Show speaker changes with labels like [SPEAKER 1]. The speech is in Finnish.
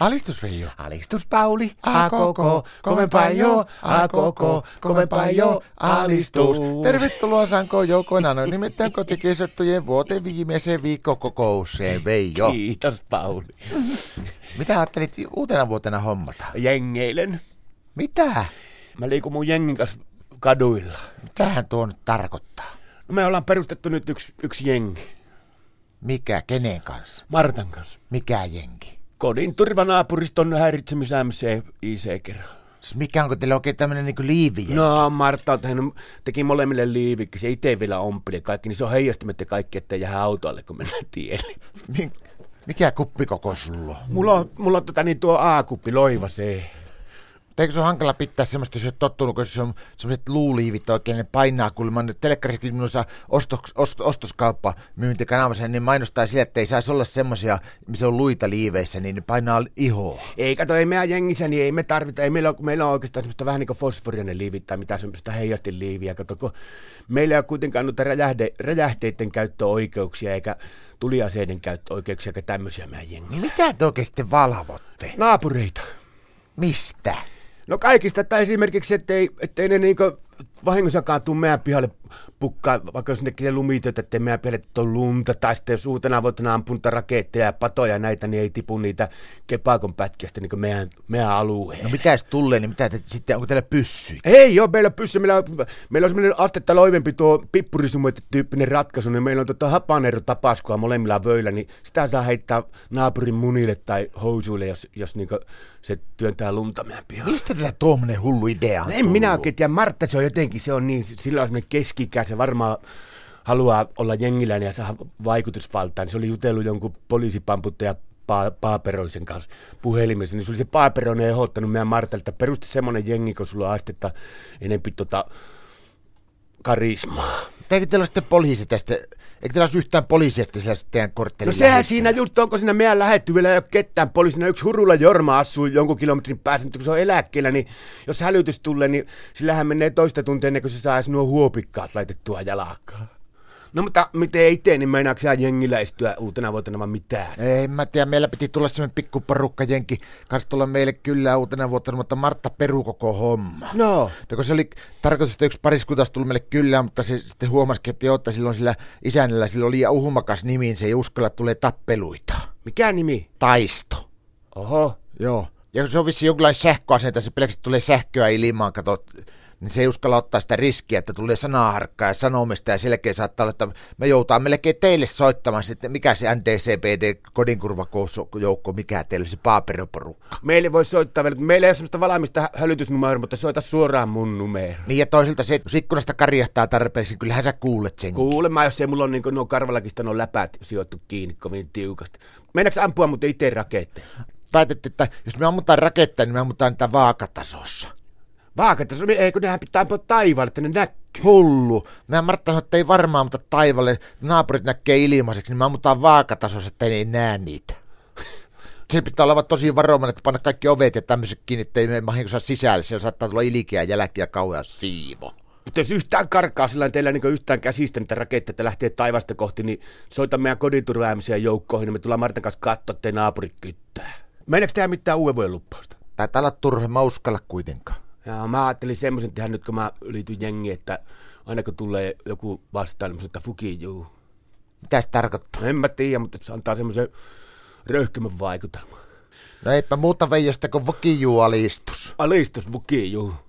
[SPEAKER 1] Alistus Veijo.
[SPEAKER 2] Alistus Pauli,
[SPEAKER 1] A koko, kovempaa jo, a koko, kovempaa jo, alistus. Tervetuloa Sanko Joukona, no nimittäin kotikisottujen vuoteen viimeiseen viikkokokoukseen, Veijo.
[SPEAKER 2] Kiitos Pauli.
[SPEAKER 1] Mitä ajattelit uutena vuotena hommata?
[SPEAKER 2] Jengeilen.
[SPEAKER 1] Mitä?
[SPEAKER 2] Mä liikun mun jengin kanssa kaduilla.
[SPEAKER 1] Mitähän tuo nyt tarkoittaa?
[SPEAKER 2] No me ollaan perustettu nyt yksi, yksi jengi.
[SPEAKER 1] Mikä, kenen kanssa?
[SPEAKER 2] Martan kanssa.
[SPEAKER 1] Mikä jenki?
[SPEAKER 2] Kodin turvanaapuriston häiritsemisMCIC kerran.
[SPEAKER 1] Siis Mikä onko teillä oikein tämmönen niinku liiviä?
[SPEAKER 2] No, Martta on tehnyt, teki molemmille liivikki. Se itse vielä ompeli kaikki, niin se on heijastimet ja kaikki, ettei jää autolle, kun mennään tielle.
[SPEAKER 1] Mikä kuppikoko sulla on?
[SPEAKER 2] Mulla on, mulla on tota, niin tuo A-kuppi loiva se.
[SPEAKER 1] Eikö se ole hankala pitää semmoista, jos ei ole tottunut, kun se on semmoiset luuliivit oikein, ne painaa kuulemma. Nyt telekkarissakin minussa ostos, ost, ostoskauppa myyntikanavassa, niin mainostaa sille, että ei saisi olla semmoisia, missä on luita liiveissä, niin ne painaa ihoa.
[SPEAKER 2] Ei kato, ei meidän jengissä, niin ei me tarvita, ei meillä, ole- meillä on oikeastaan semmoista vähän niin kuin fosforinen liivi tai mitään semmoista heijasteliiviä, kato, kun meillä ei ole kuitenkaan noita räjähde, räjähteiden käyttöoikeuksia eikä tuliaseiden käyttöoikeuksia eikä tämmöisiä meidän jengi.
[SPEAKER 1] Niin mitä te oikein sitten valvotte?
[SPEAKER 2] Naapureita.
[SPEAKER 1] Mistä?
[SPEAKER 2] No kaikista, että esimerkiksi, ettei, ettei ne niinku vahingossakaan tuu meidän pihalle pukkaa, vaikka jos ne tekee lumitöitä, ettei meidän pihalle tuu lunta, tai sitten jos uutena vuotena ampunta raketteja ja patoja ja näitä, niin ei tipu niitä kepaakon pätkästä niin meidän, meidän alueen.
[SPEAKER 1] No mitä jos tulee, niin mitä te sitten, onko teillä pyssy?
[SPEAKER 2] Ei joo, meillä on pyssy, meillä on, meillä on semmoinen astetta loivempi tuo pippurisumoitetyyppinen ratkaisu, niin meillä on tota hapanero tapaskua molemmilla vöillä, niin sitä saa heittää naapurin munille tai housuille, jos, jos niinku se työntää lunta meidän pihaan.
[SPEAKER 1] Mistä teillä tuommoinen hullu idea on
[SPEAKER 2] En
[SPEAKER 1] tullut?
[SPEAKER 2] minä oikein tiedä, Martta se on jotenkin, se on niin, sillä on semmoinen keski se varmaan haluaa olla jengiläinen ja saada vaikutusvaltaa, niin se oli jutellut jonkun poliisipamputtaja pa- Paaperoisen kanssa puhelimessa, niin se oli se Paaperoinen ehdottanut meidän Martalle, että perusta semmoinen jengi, kun sulla on astetta enempi tota karismaa.
[SPEAKER 1] Eikö teillä ole sitten poliisi tästä, eikö teillä ole yhtään poliisia sitten siellä sitten teidän korttelilla?
[SPEAKER 2] No sehän siinä just, onko siinä meidän lähetty vielä ei ole ketään poliisina. Yksi hurula Jorma asuu jonkun kilometrin päässä, mutta kun se on eläkkeellä, niin jos hälytys tulee, niin sillähän menee toista tuntia ennen kuin se saa edes nuo huopikkaat laitettua jalakkaan. No mutta miten itse, niin meinaako siellä jengillä istua uutena vuotena vai mitään?
[SPEAKER 1] Ei mä tiedä, meillä piti tulla semmoinen pikku porukkajenki kanssa tulla meille kyllä uutena vuotena, mutta Martta peru koko homma.
[SPEAKER 2] No,
[SPEAKER 1] No kun se oli tarkoitus, että yksi pariskunta olisi tullut meille kyllä, mutta se sitten huomasikin, että joo, että silloin sillä isännällä sillä oli liian uhmakas nimi, niin se ei uskalla, että tulee tappeluita.
[SPEAKER 2] mikä nimi?
[SPEAKER 1] Taisto.
[SPEAKER 2] Oho,
[SPEAKER 1] Joo. Ja kun se on vissiin jonkinlainen sähköasenta, se pelkästään tulee sähköä ilmaan, kato, niin se ei uskalla ottaa sitä riskiä, että tulee sanaharkkaa ja sanomista ja selkeä saattaa olla, että me joutaan melkein teille soittamaan sitten, mikä se NDCPD kodinkurvakousjoukko, mikä teillä se paaperoporukka.
[SPEAKER 2] meille voi soittaa vielä, mutta meillä ei ole semmoista valmista hälytysnumeroa, mutta soita suoraan mun numeroon.
[SPEAKER 1] Niin ja toisilta se, jos ikkunasta karjahtaa tarpeeksi, niin kyllähän sä kuulet sen.
[SPEAKER 2] Kuulemma, jos ei mulla on niin nuo karvalakista nuo läpät sijoittu kiinni kovin tiukasti. Meinaatko ampua muuten itse raketteja?
[SPEAKER 1] päätettiin, että jos me ammutaan raketteja, niin me ammutaan niitä vaakatasossa.
[SPEAKER 2] Vaakat, eikö nehän pitää ampua taivaalle, että ne näkyy.
[SPEAKER 1] Hullu. Mä Martta sanoi, että ei varmaan, mutta taivalle naapurit näkee ilmaiseksi, niin me ammutaan vaakatasossa, että ne ei näe niitä. Siinä pitää olla vaan tosi varovainen, että panna kaikki ovet ja tämmöiset kiinni, ettei me vahingossa sisälle. Siellä saattaa tulla ilkeä jälki ja kauhea siivo.
[SPEAKER 2] Mutta jos yhtään karkaa sillä lailla teillä niin yhtään käsistä niitä raketteja, että lähtee taivasta kohti, niin soita meidän kodinturvaamisia joukkoihin, niin me tullaan Martan kanssa katsoa, ettei naapuri kyttää. Meneekö tehdä mitään uuden vuoden luppausta?
[SPEAKER 1] Taitaa olla turha, mä uskalla kuitenkaan.
[SPEAKER 2] Ja mä ajattelin semmoisen tehdä nyt, kun mä liityn jengiin, että aina kun tulee joku vastaan, niin mä sanon, että fuki juu.
[SPEAKER 1] Mitä se tarkoittaa?
[SPEAKER 2] No en mä tiedä, mutta se antaa semmoisen röyhkymän vaikutelman.
[SPEAKER 1] No eipä muuta Veijosta kuin vakijualistus.
[SPEAKER 2] Alistus fuki juu.